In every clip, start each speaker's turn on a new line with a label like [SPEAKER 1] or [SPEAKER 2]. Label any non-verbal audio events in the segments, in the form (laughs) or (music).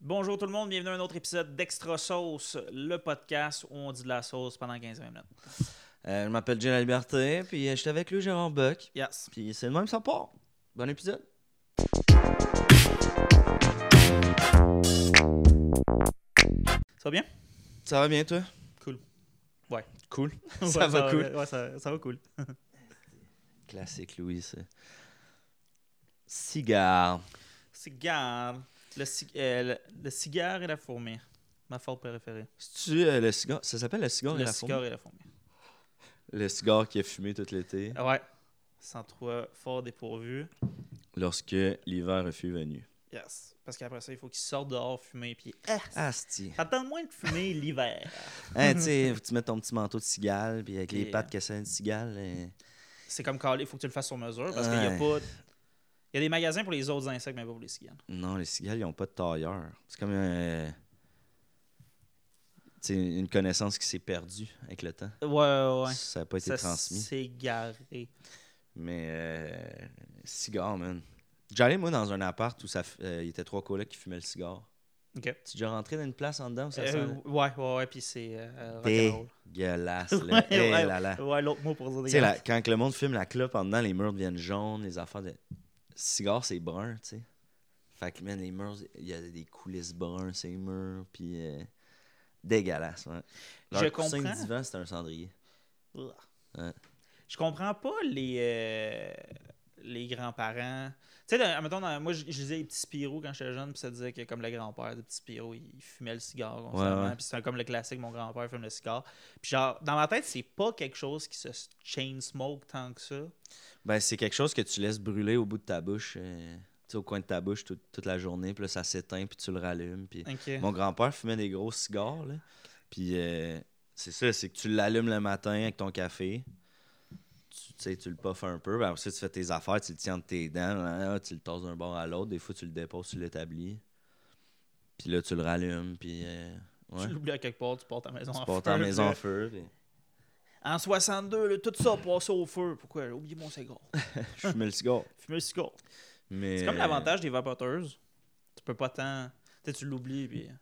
[SPEAKER 1] Bonjour tout le monde, bienvenue à un autre épisode d'Extra Sauce, le podcast où on dit de la sauce pendant 15-20 minutes.
[SPEAKER 2] Euh, je m'appelle Gilles Liberté, puis euh, j'étais avec lui, Gérard Buck.
[SPEAKER 1] Yes.
[SPEAKER 2] Puis c'est le même, ça part. Bon épisode.
[SPEAKER 1] Ça va bien?
[SPEAKER 2] Ça va bien, toi?
[SPEAKER 1] Cool.
[SPEAKER 2] Ouais. Cool. (laughs) (laughs) Ça va cool.
[SPEAKER 1] Ouais, ça, ça va cool.
[SPEAKER 2] Classique, Louis, ça. Cigare.
[SPEAKER 1] Cigare. Le, ci- euh, le, le cigare et la fourmi. Ma forme préférée.
[SPEAKER 2] C'est-tu euh, le cigare? Ça s'appelle le cigare et
[SPEAKER 1] le
[SPEAKER 2] la fourmi?
[SPEAKER 1] cigare et la fourmi.
[SPEAKER 2] Le cigare qui a fumé tout l'été
[SPEAKER 1] Ah Ouais. Sans toi, fort dépourvu.
[SPEAKER 2] lorsque l'hiver fut venu.
[SPEAKER 1] Yes. Parce qu'après ça, il faut qu'il sorte dehors fumer. Puis,
[SPEAKER 2] Asti.
[SPEAKER 1] attends moins de fumer (laughs) l'hiver.
[SPEAKER 2] hein, tu sais, faut que tu mettes ton petit manteau de cigale, puis avec les
[SPEAKER 1] Et,
[SPEAKER 2] pattes cassées de cigale. euh,
[SPEAKER 1] C'est comme calé, il faut que tu le fasses sur mesure parce qu'il n'y a
[SPEAKER 2] Ouais.
[SPEAKER 1] pas. Il y a des magasins pour les autres insectes, mais pas pour les cigares.
[SPEAKER 2] Non, les cigales, ils ont pas de tailleur. C'est comme euh, tu sais, une connaissance qui s'est perdue avec le temps.
[SPEAKER 1] Ouais, ouais, ouais.
[SPEAKER 2] Ça n'a pas été
[SPEAKER 1] Ça
[SPEAKER 2] transmis.
[SPEAKER 1] s'est garé.
[SPEAKER 2] Mais euh, cigare, man. J'allais, moi, dans un appart où ça, f- euh, il y était trois colocs qui fumaient le cigare.
[SPEAKER 1] Ok.
[SPEAKER 2] Tu es déjà rentré dans une place en dedans où ça
[SPEAKER 1] Euh,
[SPEAKER 2] sent
[SPEAKER 1] ouais, ouais, ouais, puis c'est euh, rock'n'roll. (laughs)
[SPEAKER 2] dégueulasse, là.
[SPEAKER 1] Ouais,
[SPEAKER 2] Eh
[SPEAKER 1] ouais,
[SPEAKER 2] là là.
[SPEAKER 1] Ouais, l'autre mot pour dire
[SPEAKER 2] Tu
[SPEAKER 1] des
[SPEAKER 2] sais,
[SPEAKER 1] gars.
[SPEAKER 2] la- quand que le monde fume la clope en dedans, les murs deviennent jaunes, les affaires de... Cigare, c'est brun, tu sais. Fait que, man, les murs, il y a des coulisses bruns, ces murs, puis... euh, dégueulasse, ouais. Leur
[SPEAKER 1] Je
[SPEAKER 2] coussin de
[SPEAKER 1] comprends.
[SPEAKER 2] divan, c'était un cendrier.
[SPEAKER 1] Ugh.
[SPEAKER 2] Ouais.
[SPEAKER 1] Je comprends pas les, euh, les grands-parents. Tu sais, dans- mettons, dans- moi, je, je lisais les petits Spirou quand j'étais jeune, puis ça disait que comme le grand-père de petit Spirou, il fumait le cigare constamment.
[SPEAKER 2] Ouais, ouais.
[SPEAKER 1] Puis c'est un- comme le classique, mon grand-père fume le cigare. Puis genre, dans ma tête, c'est pas quelque chose qui se chain smoke tant que ça.
[SPEAKER 2] Ben, c'est quelque chose que tu laisses brûler au bout de ta bouche, euh, tu sais, au coin de ta bouche toute- toute la journée, puis là, ça s'éteint, puis tu le rallumes, puis...
[SPEAKER 1] Ok.
[SPEAKER 2] Mon grand-père fumait des gros cigares, là. Puis euh, c'est ça, c'est que tu l'allumes le matin avec ton café. Tu tu sais, tu le puffes un peu. Ben, après ça, tu fais tes affaires, tu le tiens entre tes dents. là, tu le tasses d'un bord à l'autre. Des fois, tu le déposes sur l'établi. Puis là, tu le rallumes. Puis euh, ouais.
[SPEAKER 1] Tu l'oublies à quelque part, tu portes ta maison en
[SPEAKER 2] tu portes
[SPEAKER 1] feu,
[SPEAKER 2] en maison en
[SPEAKER 1] là.
[SPEAKER 2] feu. puis
[SPEAKER 1] En 62, là, tout ça passé au feu. Pourquoi? J'ai oublié mon cigare.
[SPEAKER 2] je fumais le cigare.
[SPEAKER 1] Fumer le cigare.
[SPEAKER 2] Mais,
[SPEAKER 1] C'est comme l'avantage des vapoteuses. Tu peux pas tant. Tu sais, tu l'oublies, puis.
[SPEAKER 2] euh,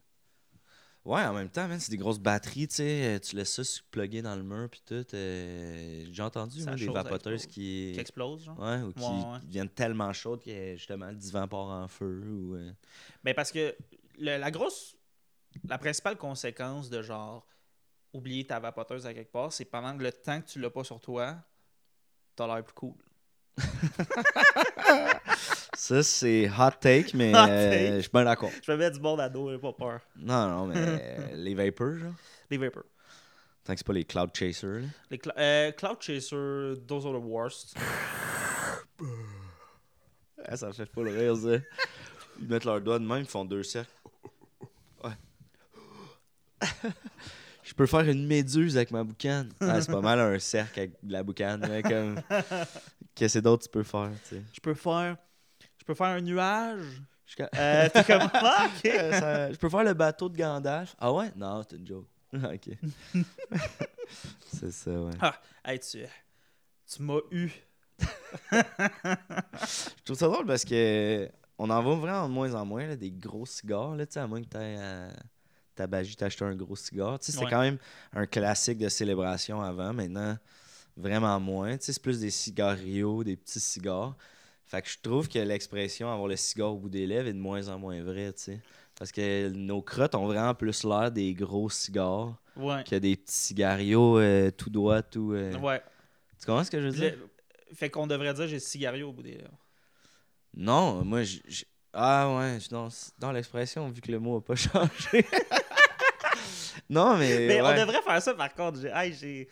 [SPEAKER 2] Ouais, en même temps, man, c'est des grosses batteries, tu sais. euh, Tu laisses ça se plugger dans le mur, puis tout. euh, J'ai entendu,
[SPEAKER 1] Ça
[SPEAKER 2] moi, des
[SPEAKER 1] chauffe, ça
[SPEAKER 2] vapoteuses
[SPEAKER 1] explose.
[SPEAKER 2] qui...
[SPEAKER 1] Qui explose, genre.
[SPEAKER 2] Ouais, ou qui
[SPEAKER 1] Ouais, ouais.
[SPEAKER 2] deviennent tellement chaudes que justement le divan part en feu. Ou, euh,
[SPEAKER 1] Ben, parce que le- la grosse. La principale conséquence de genre oublier ta vapoteuse à quelque part, c'est pendant que le temps que tu l'as pas sur toi, t'as l'air plus cool.
[SPEAKER 2] Ça, c'est hot take, mais
[SPEAKER 1] Hot
[SPEAKER 2] euh,
[SPEAKER 1] take.
[SPEAKER 2] je suis bien d'accord.
[SPEAKER 1] Je me mets du bord à dos, pas peur.
[SPEAKER 2] Non, non, (laughs) mais euh, les vapors, genre.
[SPEAKER 1] Les vapors.
[SPEAKER 2] Tant que c'est pas les cloud chasers. là.
[SPEAKER 1] Les cla- euh, Cloud Chaser, those are the worst.
[SPEAKER 2] Ah, ça me fait pas le rire, ça. Ils mettent leurs doigts de même, ils font deux cercles. Ouais. (laughs) je peux faire une méduse avec ma boucane. Ah, c'est pas mal un cercle avec de la boucane. mais (laughs) comme... Qu'est-ce que d'autre tu peux faire, tu sais?
[SPEAKER 1] Je peux faire. Je peux faire un nuage.
[SPEAKER 2] Je suis comme-
[SPEAKER 1] Euh, T'es (laughs) comme. Ah, ok.
[SPEAKER 2] Euh, ça- je peux faire le bateau de Gandalf. Ah ouais? Non, c'est une joke. (laughs) Ah, ok. c'est ça, ouais.
[SPEAKER 1] Hey, tu, tu m'as eu.
[SPEAKER 2] Je trouve ça drôle parce que on en voit vraiment de moins en moins là, des gros cigares, là, tu sais, à moins que t'aies euh, à Tabagie t'acheter un gros cigare. Tu sais, C'était
[SPEAKER 1] Ouais.
[SPEAKER 2] quand même un classique de célébration avant. Maintenant, vraiment moins. Tu sais, C'est plus des cigarios, des petits cigares. Fait que je trouve que l'expression avoir le cigare au bout des lèvres est de moins en moins vraie. tu sais. Parce que nos crottes ont vraiment plus l'air des gros cigares.
[SPEAKER 1] Ouais.
[SPEAKER 2] qu'il y a des petits cigarios euh, tout droit, tout. euh,
[SPEAKER 1] Ouais.
[SPEAKER 2] Tu comprends ce que je veux dire?
[SPEAKER 1] Le- fait qu'on devrait dire j'ai le cigario au bout des lèvres.
[SPEAKER 2] Non, moi, je. je- Ah ouais, je- non, c'est- dans l'expression, vu que le mot a pas (laughs) changé. non, mais.
[SPEAKER 1] Mais
[SPEAKER 2] Eh ouais,
[SPEAKER 1] on devrait faire ça par contre. J'ai hey, j'ai-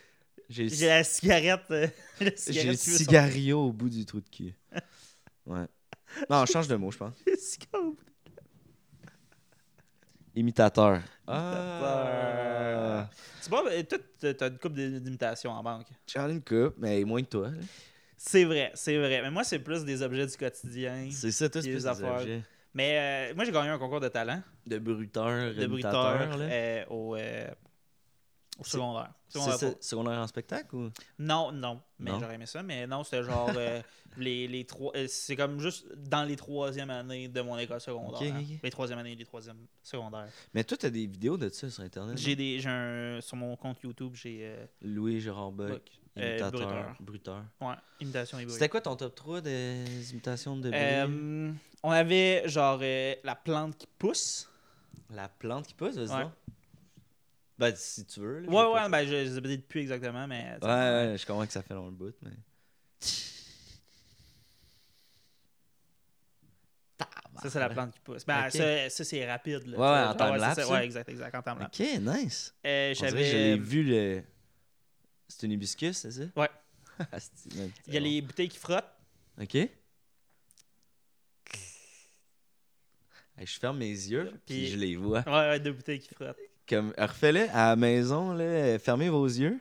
[SPEAKER 2] J'ai le
[SPEAKER 1] j'ai la cigarette. euh, (laughs) la
[SPEAKER 2] ci- j'ai le
[SPEAKER 1] cigarette qui veut sortir.
[SPEAKER 2] cigario au bout du trou de cul. (laughs) Ouais. Non, je change de mot, je pense.
[SPEAKER 1] J'ai le cigare au bout des
[SPEAKER 2] Imitateur.
[SPEAKER 1] lèvres.
[SPEAKER 2] Ah.
[SPEAKER 1] C'est bon, mais toi, t'as- t'as une coupe d'imitations en banque.
[SPEAKER 2] J'en ai une coupe, mais moins que toi. là.
[SPEAKER 1] C'est vrai, c'est vrai. Mais moi, c'est plus des objets du quotidien.
[SPEAKER 2] C'est ça, toi, c'est
[SPEAKER 1] Des
[SPEAKER 2] plus des
[SPEAKER 1] affaires.
[SPEAKER 2] objets.
[SPEAKER 1] Mais euh, moi, j'ai gagné un concours de Eh, talent
[SPEAKER 2] De bruteur,
[SPEAKER 1] de
[SPEAKER 2] imitateur,
[SPEAKER 1] bruteur
[SPEAKER 2] là.
[SPEAKER 1] euh, au, euh, Au secondaire.
[SPEAKER 2] C'est
[SPEAKER 1] Secondaire
[SPEAKER 2] ça,
[SPEAKER 1] pas.
[SPEAKER 2] secondaire en spectacle ou
[SPEAKER 1] Non, non. Mais
[SPEAKER 2] Non.
[SPEAKER 1] j'aurais aimé ça. Mais non, c'était genre
[SPEAKER 2] (laughs)
[SPEAKER 1] euh, les, les trois. euh, C'est comme juste dans les troisièmes années de mon école secondaire.
[SPEAKER 2] Ok, ok, ok.
[SPEAKER 1] Les troisièmes années et les troisièmes secondaires.
[SPEAKER 2] Mais toi, t'as des vidéos de ça sur Internet
[SPEAKER 1] J'ai des. j'ai un- sur mon compte YouTube, j'ai euh,
[SPEAKER 2] Louis Gérard Buck,
[SPEAKER 1] Buck, euh,
[SPEAKER 2] imitateur, bruteur.
[SPEAKER 1] ouais, imitation et bruit.
[SPEAKER 2] C'était quoi ton top 3 des imitations de bruit
[SPEAKER 1] Euh, on avait genre euh, la plante qui pousse.
[SPEAKER 2] La plante qui pousse, vas-y
[SPEAKER 1] ouais.
[SPEAKER 2] donc. Ben, si tu veux. là,
[SPEAKER 1] Ouais,
[SPEAKER 2] je vais
[SPEAKER 1] ouais, ben je ne sais peut-être plus exactement, mais.
[SPEAKER 2] pas- ouais, ouais, je comprends que ça fait long le bout, mais.
[SPEAKER 1] Ça, c'est la plante qui pousse. Ben,
[SPEAKER 2] Ok.
[SPEAKER 1] ça, ça, c'est rapide. Là,
[SPEAKER 2] Ouais, ouais,
[SPEAKER 1] Tu vois,
[SPEAKER 2] en time
[SPEAKER 1] ouais,
[SPEAKER 2] lapse,
[SPEAKER 1] c'est ça,
[SPEAKER 2] là.
[SPEAKER 1] Ouais, exact, exact, en temps
[SPEAKER 2] Ok, nice. On dirait que je
[SPEAKER 1] J'avais. euh,
[SPEAKER 2] l'ai vu le. C'est une hibiscus, c'est ça? (laughs)
[SPEAKER 1] Ouais.
[SPEAKER 2] Asti, man,
[SPEAKER 1] Il y a
[SPEAKER 2] c'est
[SPEAKER 1] les bouteilles qui frottent.
[SPEAKER 2] bon. Ok. Hey, je ferme mes yeux, puis
[SPEAKER 1] Puis-
[SPEAKER 2] je les vois.
[SPEAKER 1] Ouais, ouais, deux bouteilles qui frottent.
[SPEAKER 2] Comme, refais-le à la maison, là, fermez vos yeux.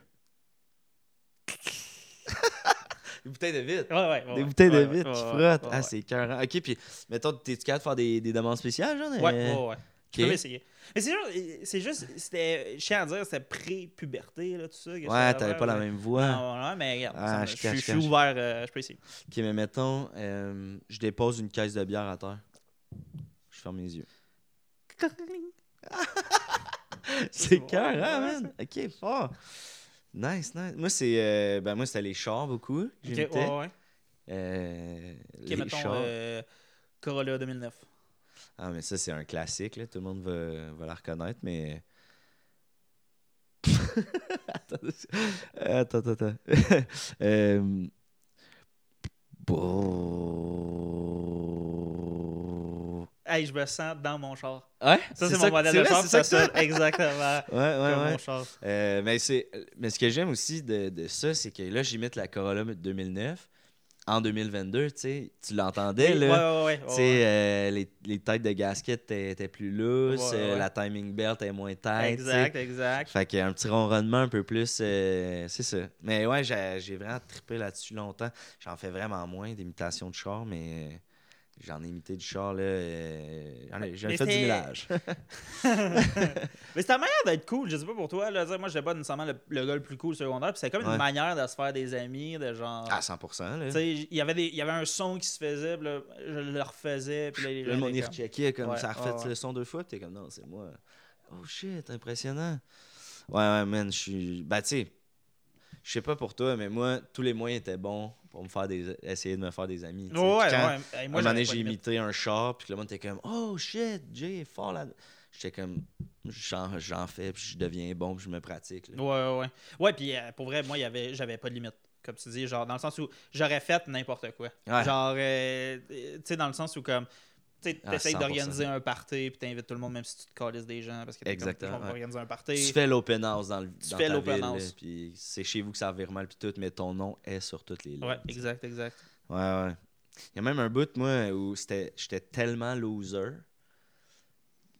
[SPEAKER 2] (laughs) Des bouteilles de vitre.
[SPEAKER 1] Ouais, ouais. ouais
[SPEAKER 2] Des
[SPEAKER 1] ouais,
[SPEAKER 2] bouteilles
[SPEAKER 1] ouais,
[SPEAKER 2] de
[SPEAKER 1] ouais,
[SPEAKER 2] vitre
[SPEAKER 1] ouais,
[SPEAKER 2] qui
[SPEAKER 1] ouais,
[SPEAKER 2] frottent.
[SPEAKER 1] ouais,
[SPEAKER 2] ah,
[SPEAKER 1] ouais.
[SPEAKER 2] c'est cœur. Ok, puis, mettons, t'es-tu capable de faire des, des demandes spéciales, genre?
[SPEAKER 1] Ouais,
[SPEAKER 2] euh,
[SPEAKER 1] ouais, ouais. Tu
[SPEAKER 2] ok.
[SPEAKER 1] peux essayer. Mais c'est juste, c'est juste, c'était, je tiens à dire, c'était pré-puberté, là, tout ça. que j'étais
[SPEAKER 2] Ouais,
[SPEAKER 1] à
[SPEAKER 2] t'avais
[SPEAKER 1] faire,
[SPEAKER 2] pas la
[SPEAKER 1] mais-
[SPEAKER 2] même voix.
[SPEAKER 1] Non, ouais, mais regarde,
[SPEAKER 2] Ah,
[SPEAKER 1] ça me-
[SPEAKER 2] je
[SPEAKER 1] je, suis-
[SPEAKER 2] cache,
[SPEAKER 1] je suis
[SPEAKER 2] cache.
[SPEAKER 1] ouvert, euh, je peux essayer.
[SPEAKER 2] Ok, mais mettons, euh, je dépose une caisse de bière à terre. Je ferme les yeux.
[SPEAKER 1] (laughs) c'est
[SPEAKER 2] (laughs) C'est
[SPEAKER 1] bon.
[SPEAKER 2] cœur, hein,
[SPEAKER 1] Ouais,
[SPEAKER 2] man? Ok, fort. Nice, nice. Moi, c'est. euh, ben, moi, c'était les chars beaucoup.
[SPEAKER 1] Ok,
[SPEAKER 2] J'imitais.
[SPEAKER 1] ouais, ouais.
[SPEAKER 2] Euh,
[SPEAKER 1] Ok,
[SPEAKER 2] les
[SPEAKER 1] mettons
[SPEAKER 2] chars.
[SPEAKER 1] euh, Corolla 2009.
[SPEAKER 2] Ah, mais ça, c'est un classique, là. Tout le monde va, va la reconnaître, mais. (laughs) attends, attends, attends, (laughs) attends. Euh, bon.
[SPEAKER 1] Hey, je me sens dans mon char.
[SPEAKER 2] Ouais,
[SPEAKER 1] Ça, c'est mon modèle de
[SPEAKER 2] vrai,
[SPEAKER 1] char,
[SPEAKER 2] c'est
[SPEAKER 1] ça
[SPEAKER 2] que c'est.
[SPEAKER 1] sonne exactement
[SPEAKER 2] (laughs) Ouais, ouais,
[SPEAKER 1] comme
[SPEAKER 2] ouais.
[SPEAKER 1] mon char.
[SPEAKER 2] Euh, mais, c'est, mais ce que j'aime aussi de, de ça, c'est que là, j'imite la Corolla 2009. En 2022, tu sais, tu l'entendais,
[SPEAKER 1] Oui,
[SPEAKER 2] là.
[SPEAKER 1] ouais, ouais, ouais,
[SPEAKER 2] Tu
[SPEAKER 1] ouais,
[SPEAKER 2] sais,
[SPEAKER 1] ouais.
[SPEAKER 2] euh, les, les têtes de gasket étaient étaient plus lousses,
[SPEAKER 1] Ouais,
[SPEAKER 2] euh,
[SPEAKER 1] ouais.
[SPEAKER 2] la timing belt est moins tight. euh, tu sais.
[SPEAKER 1] Exact, exact.
[SPEAKER 2] Fait qu'un petit ronronnement un peu plus, euh, c'est ça. Mais ouais, j'ai j'ai vraiment trippé là-dessus longtemps. J'en fais vraiment moins d'imitations de char, mais euh, j'en ai imité du char, là. euh, j'en ai- J'en ai
[SPEAKER 1] Mais
[SPEAKER 2] fait du
[SPEAKER 1] c'est- (laughs)
[SPEAKER 2] millage.
[SPEAKER 1] Mais c'est ta manière d'être cool, je sais pas pour toi. Là, dire, moi, j'étais pas nécessairement le, le gars le plus cool secondaire. Puis c'est comme
[SPEAKER 2] Ouais. Ah,
[SPEAKER 1] une manière de se faire des amis, de genre.
[SPEAKER 2] À 100%, là.
[SPEAKER 1] Tu sais, il y avait des- il y avait un son qui se faisait, puis là, je le refaisais, puis là, les
[SPEAKER 2] Là,
[SPEAKER 1] gens
[SPEAKER 2] le monde
[SPEAKER 1] étaient
[SPEAKER 2] y
[SPEAKER 1] comme-
[SPEAKER 2] recheckait comme
[SPEAKER 1] Ouais,
[SPEAKER 2] ça a refait
[SPEAKER 1] ouais, ouais.
[SPEAKER 2] le son deux fois, pis t'es comme non, c'est moi. Oh shit, impressionnant. Ouais, ouais, man, je suis. Bah, tu sais, je sais pas pour toi, mais moi, tous les moyens étaient bons pour me faire des... essayer de me faire des amis. tu sais.
[SPEAKER 1] Ouais,
[SPEAKER 2] Puis quand,
[SPEAKER 1] ouais. Hey, moi,
[SPEAKER 2] un moment
[SPEAKER 1] j'avais
[SPEAKER 2] donné,
[SPEAKER 1] pas
[SPEAKER 2] j'ai
[SPEAKER 1] de limite.
[SPEAKER 2] imité un char, puis que le monde était comme oh shit, Jay est fort là. J'étais comme j'en j'en fais, puis je deviens bon, puis je me pratique. là.
[SPEAKER 1] Ouais, ouais, ouais. Ouais, puis euh, pour vrai, moi, il y avait- j'avais pas de limite. Comme tu dis, genre, dans le sens où j'aurais fait n'importe quoi.
[SPEAKER 2] Ouais.
[SPEAKER 1] Genre, euh, tu sais, dans le sens où, comme, tu sais,
[SPEAKER 2] Ah,
[SPEAKER 1] t'essayes
[SPEAKER 2] 100%.
[SPEAKER 1] d'organiser un party, puis t'invites tout le monde, même si tu te calises des gens, parce que t'es comme,
[SPEAKER 2] Exactement,
[SPEAKER 1] on va
[SPEAKER 2] ouais.
[SPEAKER 1] organiser un
[SPEAKER 2] Tu
[SPEAKER 1] party.
[SPEAKER 2] fais l'open house dans, le,
[SPEAKER 1] Tu
[SPEAKER 2] dans
[SPEAKER 1] fais
[SPEAKER 2] ta
[SPEAKER 1] l'open
[SPEAKER 2] ville, là,
[SPEAKER 1] house.
[SPEAKER 2] puis c'est chez vous que ça vire mal, puis tout, mais ton nom est sur toutes les lignes.
[SPEAKER 1] Ouais,
[SPEAKER 2] tu sais.
[SPEAKER 1] exact, exact.
[SPEAKER 2] Ouais, ouais. Il y a même un bout, moi, où c'était- j'étais tellement loser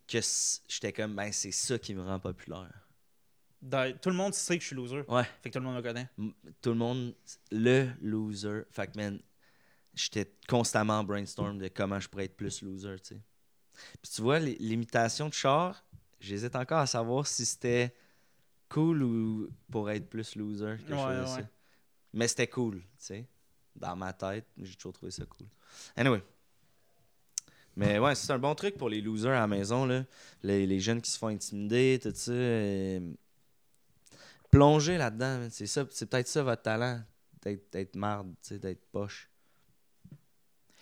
[SPEAKER 2] que c- j'étais comme, ben, c'est ça qui me rend populaire.
[SPEAKER 1] Dans- tout le monde sait que je suis loser.
[SPEAKER 2] Ouais.
[SPEAKER 1] Fait que tout le monde me connaît.
[SPEAKER 2] M- Tout le monde, le loser. Fait que, man, j'étais constamment en brainstorm de comment je pourrais être plus loser, tu sais. Puis tu vois, les- l'imitation de char, j'hésite encore à savoir si c'était cool ou pour être plus loser. que je
[SPEAKER 1] Ouais,
[SPEAKER 2] faisais
[SPEAKER 1] ouais.
[SPEAKER 2] ça. Mais c'était cool, tu sais. Dans ma tête, j'ai toujours trouvé ça cool. Anyway. Mais ouais, c'est un bon truc pour les losers à la maison, là. Les, les jeunes qui se font intimider, tout ça. euh, Plonger là-dedans, man. c'est ça, c'est peut-être ça votre talent, d'être d'être marde, tu sais, d'être poche.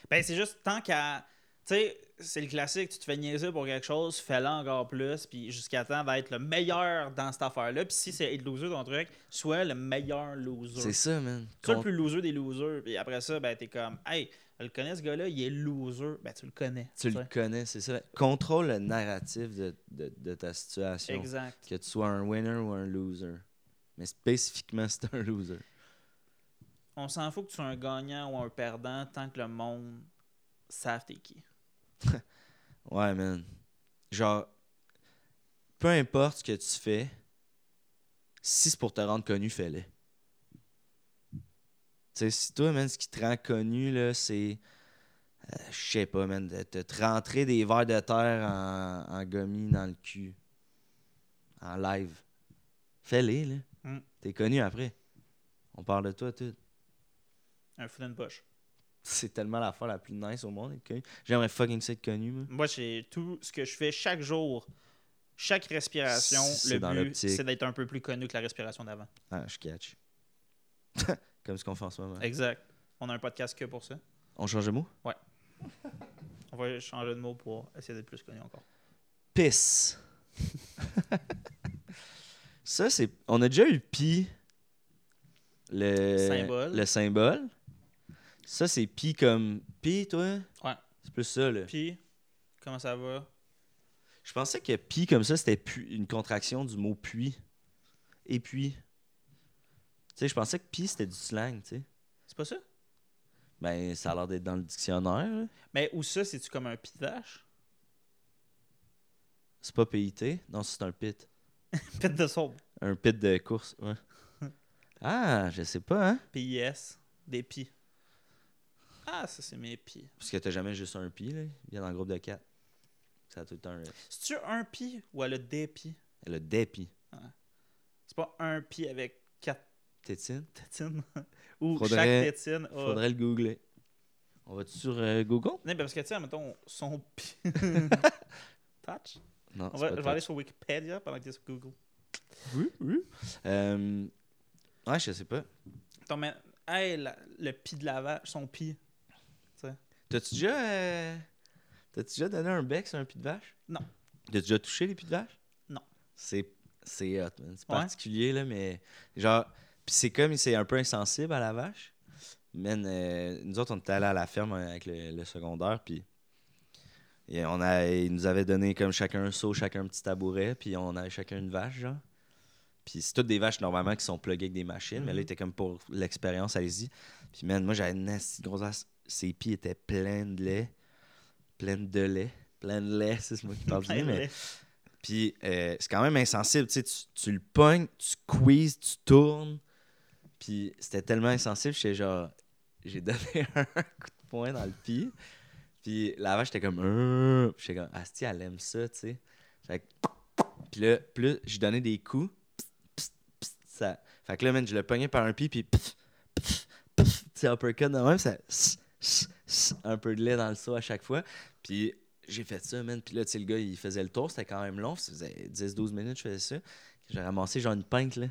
[SPEAKER 1] Ben, c'est juste tant qu'à. Tu sais, c'est le classique, tu te fais niaiser pour quelque chose, fais-le encore plus, puis jusqu'à temps d'être le meilleur dans cette affaire-là. Puis si c'est être loser ton truc, sois le meilleur
[SPEAKER 2] C'est
[SPEAKER 1] loser.
[SPEAKER 2] ça, man.
[SPEAKER 1] Sois le
[SPEAKER 2] Con-
[SPEAKER 1] plus loser des losers. Puis après ça, ben, t'es comme, hey, je le connais ce gars-là, il est loser. Ben, tu le connais.
[SPEAKER 2] Tu
[SPEAKER 1] sais.
[SPEAKER 2] le connais, c'est ça. Contrôle le narratif de, de- de ta situation.
[SPEAKER 1] Exact.
[SPEAKER 2] Que tu sois un winner ou un loser. Mais spécifiquement, c'est un loser.
[SPEAKER 1] On s'en fout que tu sois un gagnant ou un perdant tant que le monde savent t'es qui.
[SPEAKER 2] Ouais, man. Genre, peu importe ce que tu fais, si c'est pour te rendre connu, fais-le. Tu sais, si toi, man, ce qui te rend connu, là, c'est. euh, Je sais pas, man, de te, te rentrer des verres de terre en, en gommis dans le cul. En live. Fais-les, là.
[SPEAKER 1] Mm.
[SPEAKER 2] T'es connu après. On parle de toi, tout. (laughs)
[SPEAKER 1] Un fou d'une poche.
[SPEAKER 2] C'est tellement la fois la plus nice au monde, être connu. J'aimerais fucking ça être connu, moi.
[SPEAKER 1] Moi, c'est tout ce que je fais chaque jour, chaque respiration.
[SPEAKER 2] C'est
[SPEAKER 1] Le
[SPEAKER 2] dans
[SPEAKER 1] but,
[SPEAKER 2] l'optique.
[SPEAKER 1] c'est d'être un peu plus connu que la respiration d'avant.
[SPEAKER 2] Ah, je catch. (laughs) Comme ce qu'on fait en ce moment.
[SPEAKER 1] Exact. On a un podcast que pour ça.
[SPEAKER 2] On change de mot?
[SPEAKER 1] On va changer de mot pour essayer d'être plus connu encore.
[SPEAKER 2] Pisse. (laughs) ça, c'est. On a déjà eu pi. Le
[SPEAKER 1] Symbole.
[SPEAKER 2] Le symbole. Ça, c'est pi comme pi, toi?
[SPEAKER 1] Ouais.
[SPEAKER 2] C'est plus ça, là.
[SPEAKER 1] Puis, comment ça va?
[SPEAKER 2] Je pensais que pi comme ça, c'était pu- une contraction du mot puis. Et puis. Tu sais, je pensais que pi, c'était du slang, tu sais.
[SPEAKER 1] C'est pas ça?
[SPEAKER 2] Ben, ça a l'air d'être dans le dictionnaire. là.
[SPEAKER 1] Mais où ça, c'est-tu comme un (laughs) pitache?
[SPEAKER 2] C'est pas PIT. Non, c'est un pit.
[SPEAKER 1] Pit de sombre.
[SPEAKER 2] Un pit de course, ouais. (laughs) ah, je sais pas, hein.
[SPEAKER 1] PIS. Des pis. Ah, ça, c'est mes pis.
[SPEAKER 2] Parce que t'as jamais juste un pi, là. Il vient dans le groupe de quatre. Ça a tout le temps un...
[SPEAKER 1] C'est-tu un pi ou elle a des pis?
[SPEAKER 2] Le dépi.
[SPEAKER 1] C'est pas un pi avec quatre
[SPEAKER 2] Tétine.
[SPEAKER 1] tétines? (laughs) Ou
[SPEAKER 2] Faudrait-
[SPEAKER 1] chaque tétine a...
[SPEAKER 2] Faudrait le googler. Oh. On va-tu sur euh, Google?
[SPEAKER 1] Non, mais parce que, tu sais, mettons, son (laughs) pi... Touch?
[SPEAKER 2] Non,
[SPEAKER 1] On va,
[SPEAKER 2] c'est pas
[SPEAKER 1] je vais
[SPEAKER 2] toi.
[SPEAKER 1] aller sur Wikipédia pendant que tu es sur Google.
[SPEAKER 2] Oui, oui. Euh, Ouais, je sais pas.
[SPEAKER 1] Attends, mais, hey, la- le pi de la vache, son pi.
[SPEAKER 2] T'as-tu déjà... euh, T'as-tu déjà donné un bec sur un pis de vache?
[SPEAKER 1] Non.
[SPEAKER 2] T'as déjà touché les pis de vache?
[SPEAKER 1] Non.
[SPEAKER 2] C'est... C'est hot, man. C'est
[SPEAKER 1] Ouais.
[SPEAKER 2] particulier, là, mais... Genre... Pis c'est comme... C'est un peu insensible à la vache. Man, euh, nous autres, on était allés à la ferme euh, avec le, le secondaire, puis... et on a, ils nous avaient donné comme chacun un seau, chacun un petit tabouret, puis on avait chacun une vache, genre. Puis c'est toutes des vaches normalement qui sont pluguées avec des machines, mais là,
[SPEAKER 1] Mhm.
[SPEAKER 2] il était comme pour l'expérience, allez-y. Puis man, moi, j'avais une nasty grosse ass- Ses pieds étaient pleins de lait. Pleins de lait. Pleins de lait, c'est moi qui parle bien, mais puis euh, c'est quand même insensible. Tu, sais, tu, tu le pognes, tu quizzes, tu tournes. Puis c'était tellement insensible, j'étais genre. J'ai donné (laughs) un coup de poing dans le pied. Puis la vache, j'étais comme. Euh, Puis J'étais comme. Asti, elle aime ça, tu sais. Fait que. Puis là, plus je donnais des coups. pss, pss, pss, ça... Fait que là, man, je le pognais par un pied, puis. pff, pff, pff, Tu sais, uppercut de même, ça. s- s- s- Un peu de lait dans le seau à chaque fois. Puis j'ai fait ça, man. Puis là, tu sais, le gars, il faisait le tour, c'était quand même long. Ça faisait 10-12 minutes, je faisais ça. J'ai ramassé genre une pinte, là.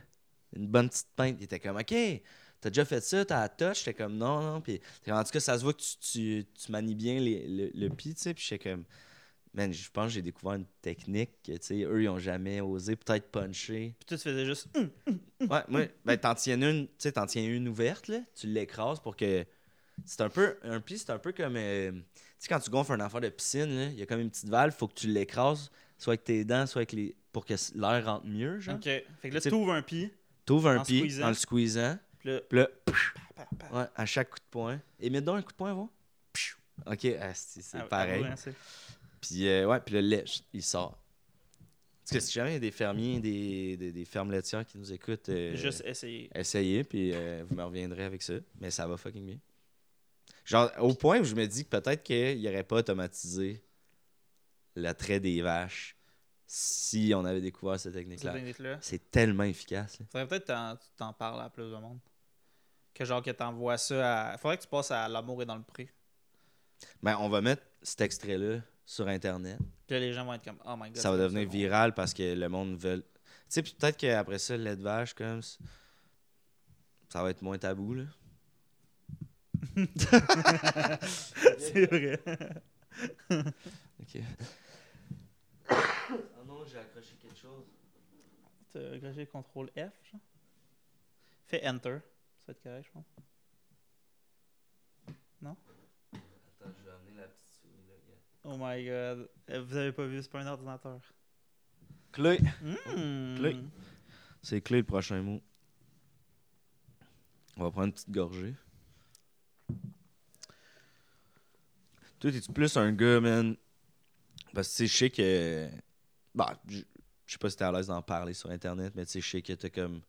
[SPEAKER 2] Une bonne petite pinte. Il était comme, OK, t'as déjà fait ça, t'as la touche. J'étais comme, non, non. Puis t'es comme, en tout cas, ça se voit que tu, tu, tu manies bien les- le, le pis, tu sais. Puis j'étais comme, man, je pense que j'ai découvert une technique que, tu sais, eux, ils ont jamais osé peut-être puncher.
[SPEAKER 1] Puis toi, tu faisais juste...
[SPEAKER 2] Ouais, moi, ben, t'en tiens une, tu sais, t'en tiens une ouverte, là. Tu l'écrases pour que. C'est un peu. Un pli, c'est un peu comme. euh, tu sais, quand tu gonfles un enfant de piscine, là, il y a comme une petite valve, faut que tu l'écrases, soit avec tes dents, soit avec les. pour que l'air rentre mieux, genre.
[SPEAKER 1] OK. Fait que là,
[SPEAKER 2] Tu sais-
[SPEAKER 1] t'ouvres un pi.
[SPEAKER 2] T'ouvres un
[SPEAKER 1] En
[SPEAKER 2] pied
[SPEAKER 1] squeezant.
[SPEAKER 2] en le squeezant,
[SPEAKER 1] Puis là,
[SPEAKER 2] puis là,
[SPEAKER 1] pa, pa,
[SPEAKER 2] ouais, à chaque coup de poing. Et mets donc un coup de poing, va. Pfiou. Ok, asti, c'est
[SPEAKER 1] Ah ouais,
[SPEAKER 2] pareil.
[SPEAKER 1] ah ouais, c'est-
[SPEAKER 2] Puis, euh, ouais, puis le lait, chut, il sort. Parce que si jamais il y a des fermiers, des, des, des fermes laitières qui nous écoutent. euh,
[SPEAKER 1] Juste essayer.
[SPEAKER 2] Essayez, puis euh, vous me reviendrez avec ça. Mais ça va fucking bien. Genre, au point où je me dis que peut-être qu'il n'y aurait pas automatisé le trait des vaches si on avait découvert cette
[SPEAKER 1] cette
[SPEAKER 2] technique-là.
[SPEAKER 1] technique-là.
[SPEAKER 2] C'est tellement efficace. là.
[SPEAKER 1] Faudrait peut-être t'en- tu t'en parles à plus de monde. Que genre que t'envoies ça à. Faudrait que tu passes à L'amour est dans le prix.
[SPEAKER 2] Ben, on va mettre cet extrait-là sur Internet.
[SPEAKER 1] Puis là, les gens vont être comme Oh my god.
[SPEAKER 2] ça va
[SPEAKER 1] c'est
[SPEAKER 2] devenir
[SPEAKER 1] bon.
[SPEAKER 2] viral parce que le monde veut. Tu sais, puis peut-être qu'après ça, le lait de vache, comme. c- Ça va être moins tabou, là.
[SPEAKER 1] (laughs) c'est vrai.
[SPEAKER 2] Ok. oh non, j'ai accroché quelque chose.
[SPEAKER 1] T'as agrégé CTRL F, genre. Fais Enter. Ça va être correct, je pense.
[SPEAKER 2] Attends, je vais amener la petite souris, là,
[SPEAKER 1] Oh my god. Euh, Vous avez pas vu, c'est pas un ordinateur.
[SPEAKER 2] Clé.
[SPEAKER 1] Hmm.
[SPEAKER 2] Clé. C'est clé le prochain mot. On va prendre une petite gorgée. Toi, t'es-tu plus un gars, man? Parce que tu sais, je sais que. Bah, je je sais pas si t'es à l'aise d'en parler sur Internet, mais tu sais, je sais que t'as comme.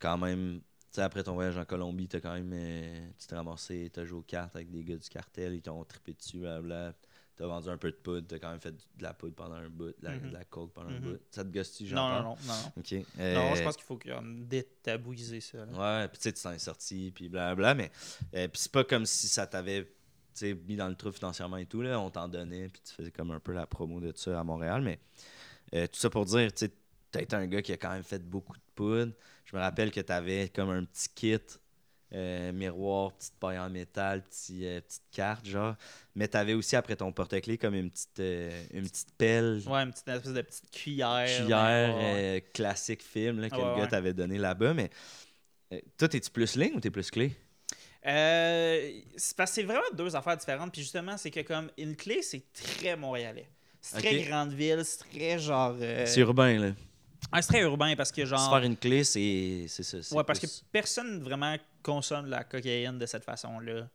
[SPEAKER 2] Quand même. Tu sais, après ton voyage en Colombie, t'as quand même. euh, tu t'es ramassé, t'as joué aux cartes avec des gars du cartel, ils t'ont trippé dessus, blablabla. t'as vendu un peu de poudre, t'as quand même fait de la poudre pendant un bout, de la,
[SPEAKER 1] Mhm.
[SPEAKER 2] de la coke pendant
[SPEAKER 1] Mhm.
[SPEAKER 2] un bout. Ça te gosse-tu,
[SPEAKER 1] Non, non,
[SPEAKER 2] parle?
[SPEAKER 1] non, non. non.
[SPEAKER 2] OK.
[SPEAKER 1] Non,
[SPEAKER 2] Euh,
[SPEAKER 1] je pense qu'il faut comme, détabouiser ça. là.
[SPEAKER 2] Ouais, puis tu sais, tu t'en es sorti, puis blablabla, mais euh, puis c'est pas comme si ça t'avait tu sais, mis dans le trou financièrement et tout, là, on t'en donnait, puis tu faisais comme un peu la promo de ça à Montréal, mais euh, tout ça pour dire, tu sais, t'as été un gars qui a quand même fait beaucoup de poudre. Je me rappelle que t'avais comme un petit kit, euh, miroir, petite paille en métal, petit, euh, petite carte, genre, mais t'avais aussi après ton porte-clés comme une petite, euh, une petite pelle,
[SPEAKER 1] Ouais, une petite une espèce de petite cuillère.
[SPEAKER 2] cuillère
[SPEAKER 1] mais, ouais.
[SPEAKER 2] euh, classique film là, que
[SPEAKER 1] Ouais,
[SPEAKER 2] le gars
[SPEAKER 1] ouais.
[SPEAKER 2] t'avait donné là-bas. Mais euh, toi, t'es-tu plus ligne ou t'es plus clé?
[SPEAKER 1] Euh, c'est parce que c'est vraiment deux affaires différentes. Puis justement, c'est que comme une clé, c'est très montréalais. C'est très
[SPEAKER 2] Ok.
[SPEAKER 1] grande ville, c'est très genre. euh,
[SPEAKER 2] C'est urbain, là.
[SPEAKER 1] ouais, c'est très urbain parce que genre.
[SPEAKER 2] Se faire une clé, c'est c'est ça. c'est
[SPEAKER 1] Ouais, parce que
[SPEAKER 2] plus-
[SPEAKER 1] personne vraiment consomme la cocaïne de cette façon-là.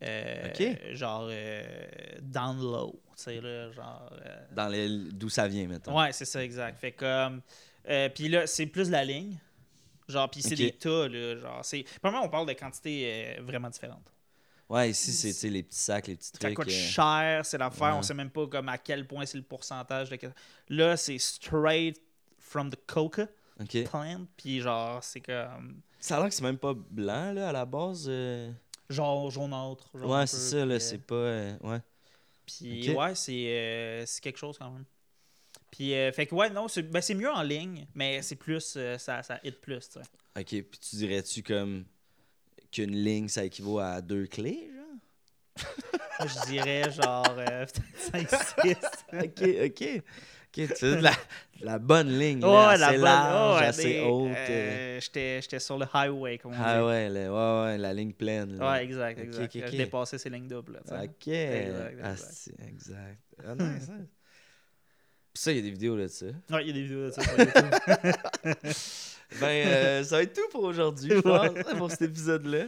[SPEAKER 1] Euh,
[SPEAKER 2] Ok.
[SPEAKER 1] Genre euh, down low, tu sais, là, genre. euh,
[SPEAKER 2] Dans les... D'où ça vient, maintenant
[SPEAKER 1] Ouais, c'est ça, exact. Fait comme. euh, puis là, c'est plus la ligne. Genre, puis c'est
[SPEAKER 2] Ok.
[SPEAKER 1] des tas, là. Genre, c'est. Premièrement, on parle de quantités euh, vraiment différentes.
[SPEAKER 2] Ouais, ici, c'est tu sais, les petits sacs, les petits
[SPEAKER 1] Ça
[SPEAKER 2] trucs.
[SPEAKER 1] coûte
[SPEAKER 2] euh,
[SPEAKER 1] cher, c'est l'affaire, on
[SPEAKER 2] ouais.
[SPEAKER 1] sait même pas comme à quel point c'est le pourcentage. De... que- Là, c'est straight from the coca
[SPEAKER 2] OK.
[SPEAKER 1] plant, puis genre, c'est comme.
[SPEAKER 2] Ça a l'air que c'est même pas blanc, là, à la base. euh.
[SPEAKER 1] Genre jaunâtre. Genre un
[SPEAKER 2] ouais,
[SPEAKER 1] peu,
[SPEAKER 2] c'est ça, là.
[SPEAKER 1] puis, euh,
[SPEAKER 2] C'est pas... euh, Ouais.
[SPEAKER 1] Puis
[SPEAKER 2] Ok.
[SPEAKER 1] ouais, c'est euh, c'est quelque chose quand même. Puis euh, fait que ouais, non, c'est ben, c'est mieux en ligne, mais c'est plus, euh, ça, ça hit plus, tu sais.
[SPEAKER 2] OK, puis tu dirais-tu comme qu'une ligne, ça équivaut à deux clés, genre?
[SPEAKER 1] Moi, Je dirais genre euh, 5-6. (laughs)
[SPEAKER 2] OK, OK. OK, tu fais de la, de la bonne ligne,
[SPEAKER 1] Oh,
[SPEAKER 2] (laughs) là,
[SPEAKER 1] la
[SPEAKER 2] assez
[SPEAKER 1] bonne.
[SPEAKER 2] large,
[SPEAKER 1] oh,
[SPEAKER 2] assez
[SPEAKER 1] des-
[SPEAKER 2] haute. euh.
[SPEAKER 1] euh, J'étais j'étais sur le highway, comme on dit.
[SPEAKER 2] Ah ouais, le- ouais, ouais, la ligne pleine. là.
[SPEAKER 1] Ouais, exact,
[SPEAKER 2] Ok,
[SPEAKER 1] exact.
[SPEAKER 2] ok, ok.
[SPEAKER 1] Je dépassais ces lignes doubles. là, tu sais.
[SPEAKER 2] Ok.
[SPEAKER 1] Exact,
[SPEAKER 2] Ah,
[SPEAKER 1] exact.
[SPEAKER 2] c'est- exact. Ah non, ça. Puis ça, il y a des vidéos là de ça.
[SPEAKER 1] Ouais, il y a des vidéos de ça
[SPEAKER 2] (laughs)
[SPEAKER 1] sur YouTube.
[SPEAKER 2] Ben,
[SPEAKER 1] (laughs)
[SPEAKER 2] euh, ça va être tout pour aujourd'hui, je pense, pour cet épisode-là.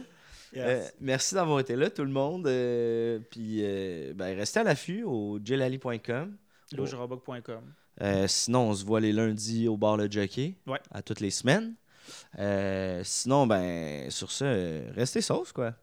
[SPEAKER 1] Yes.
[SPEAKER 2] Euh, merci d'avoir été là, tout le monde. euh, puis, euh, ben, restez à l'affût au gelali.com.
[SPEAKER 1] Loujeroboc.com.
[SPEAKER 2] Euh, sinon, on se voit les lundis au bar Le Jockey.
[SPEAKER 1] Ouais.
[SPEAKER 2] À toutes les semaines. Euh, sinon, ben, sur ça, euh, restez sauf, quoi.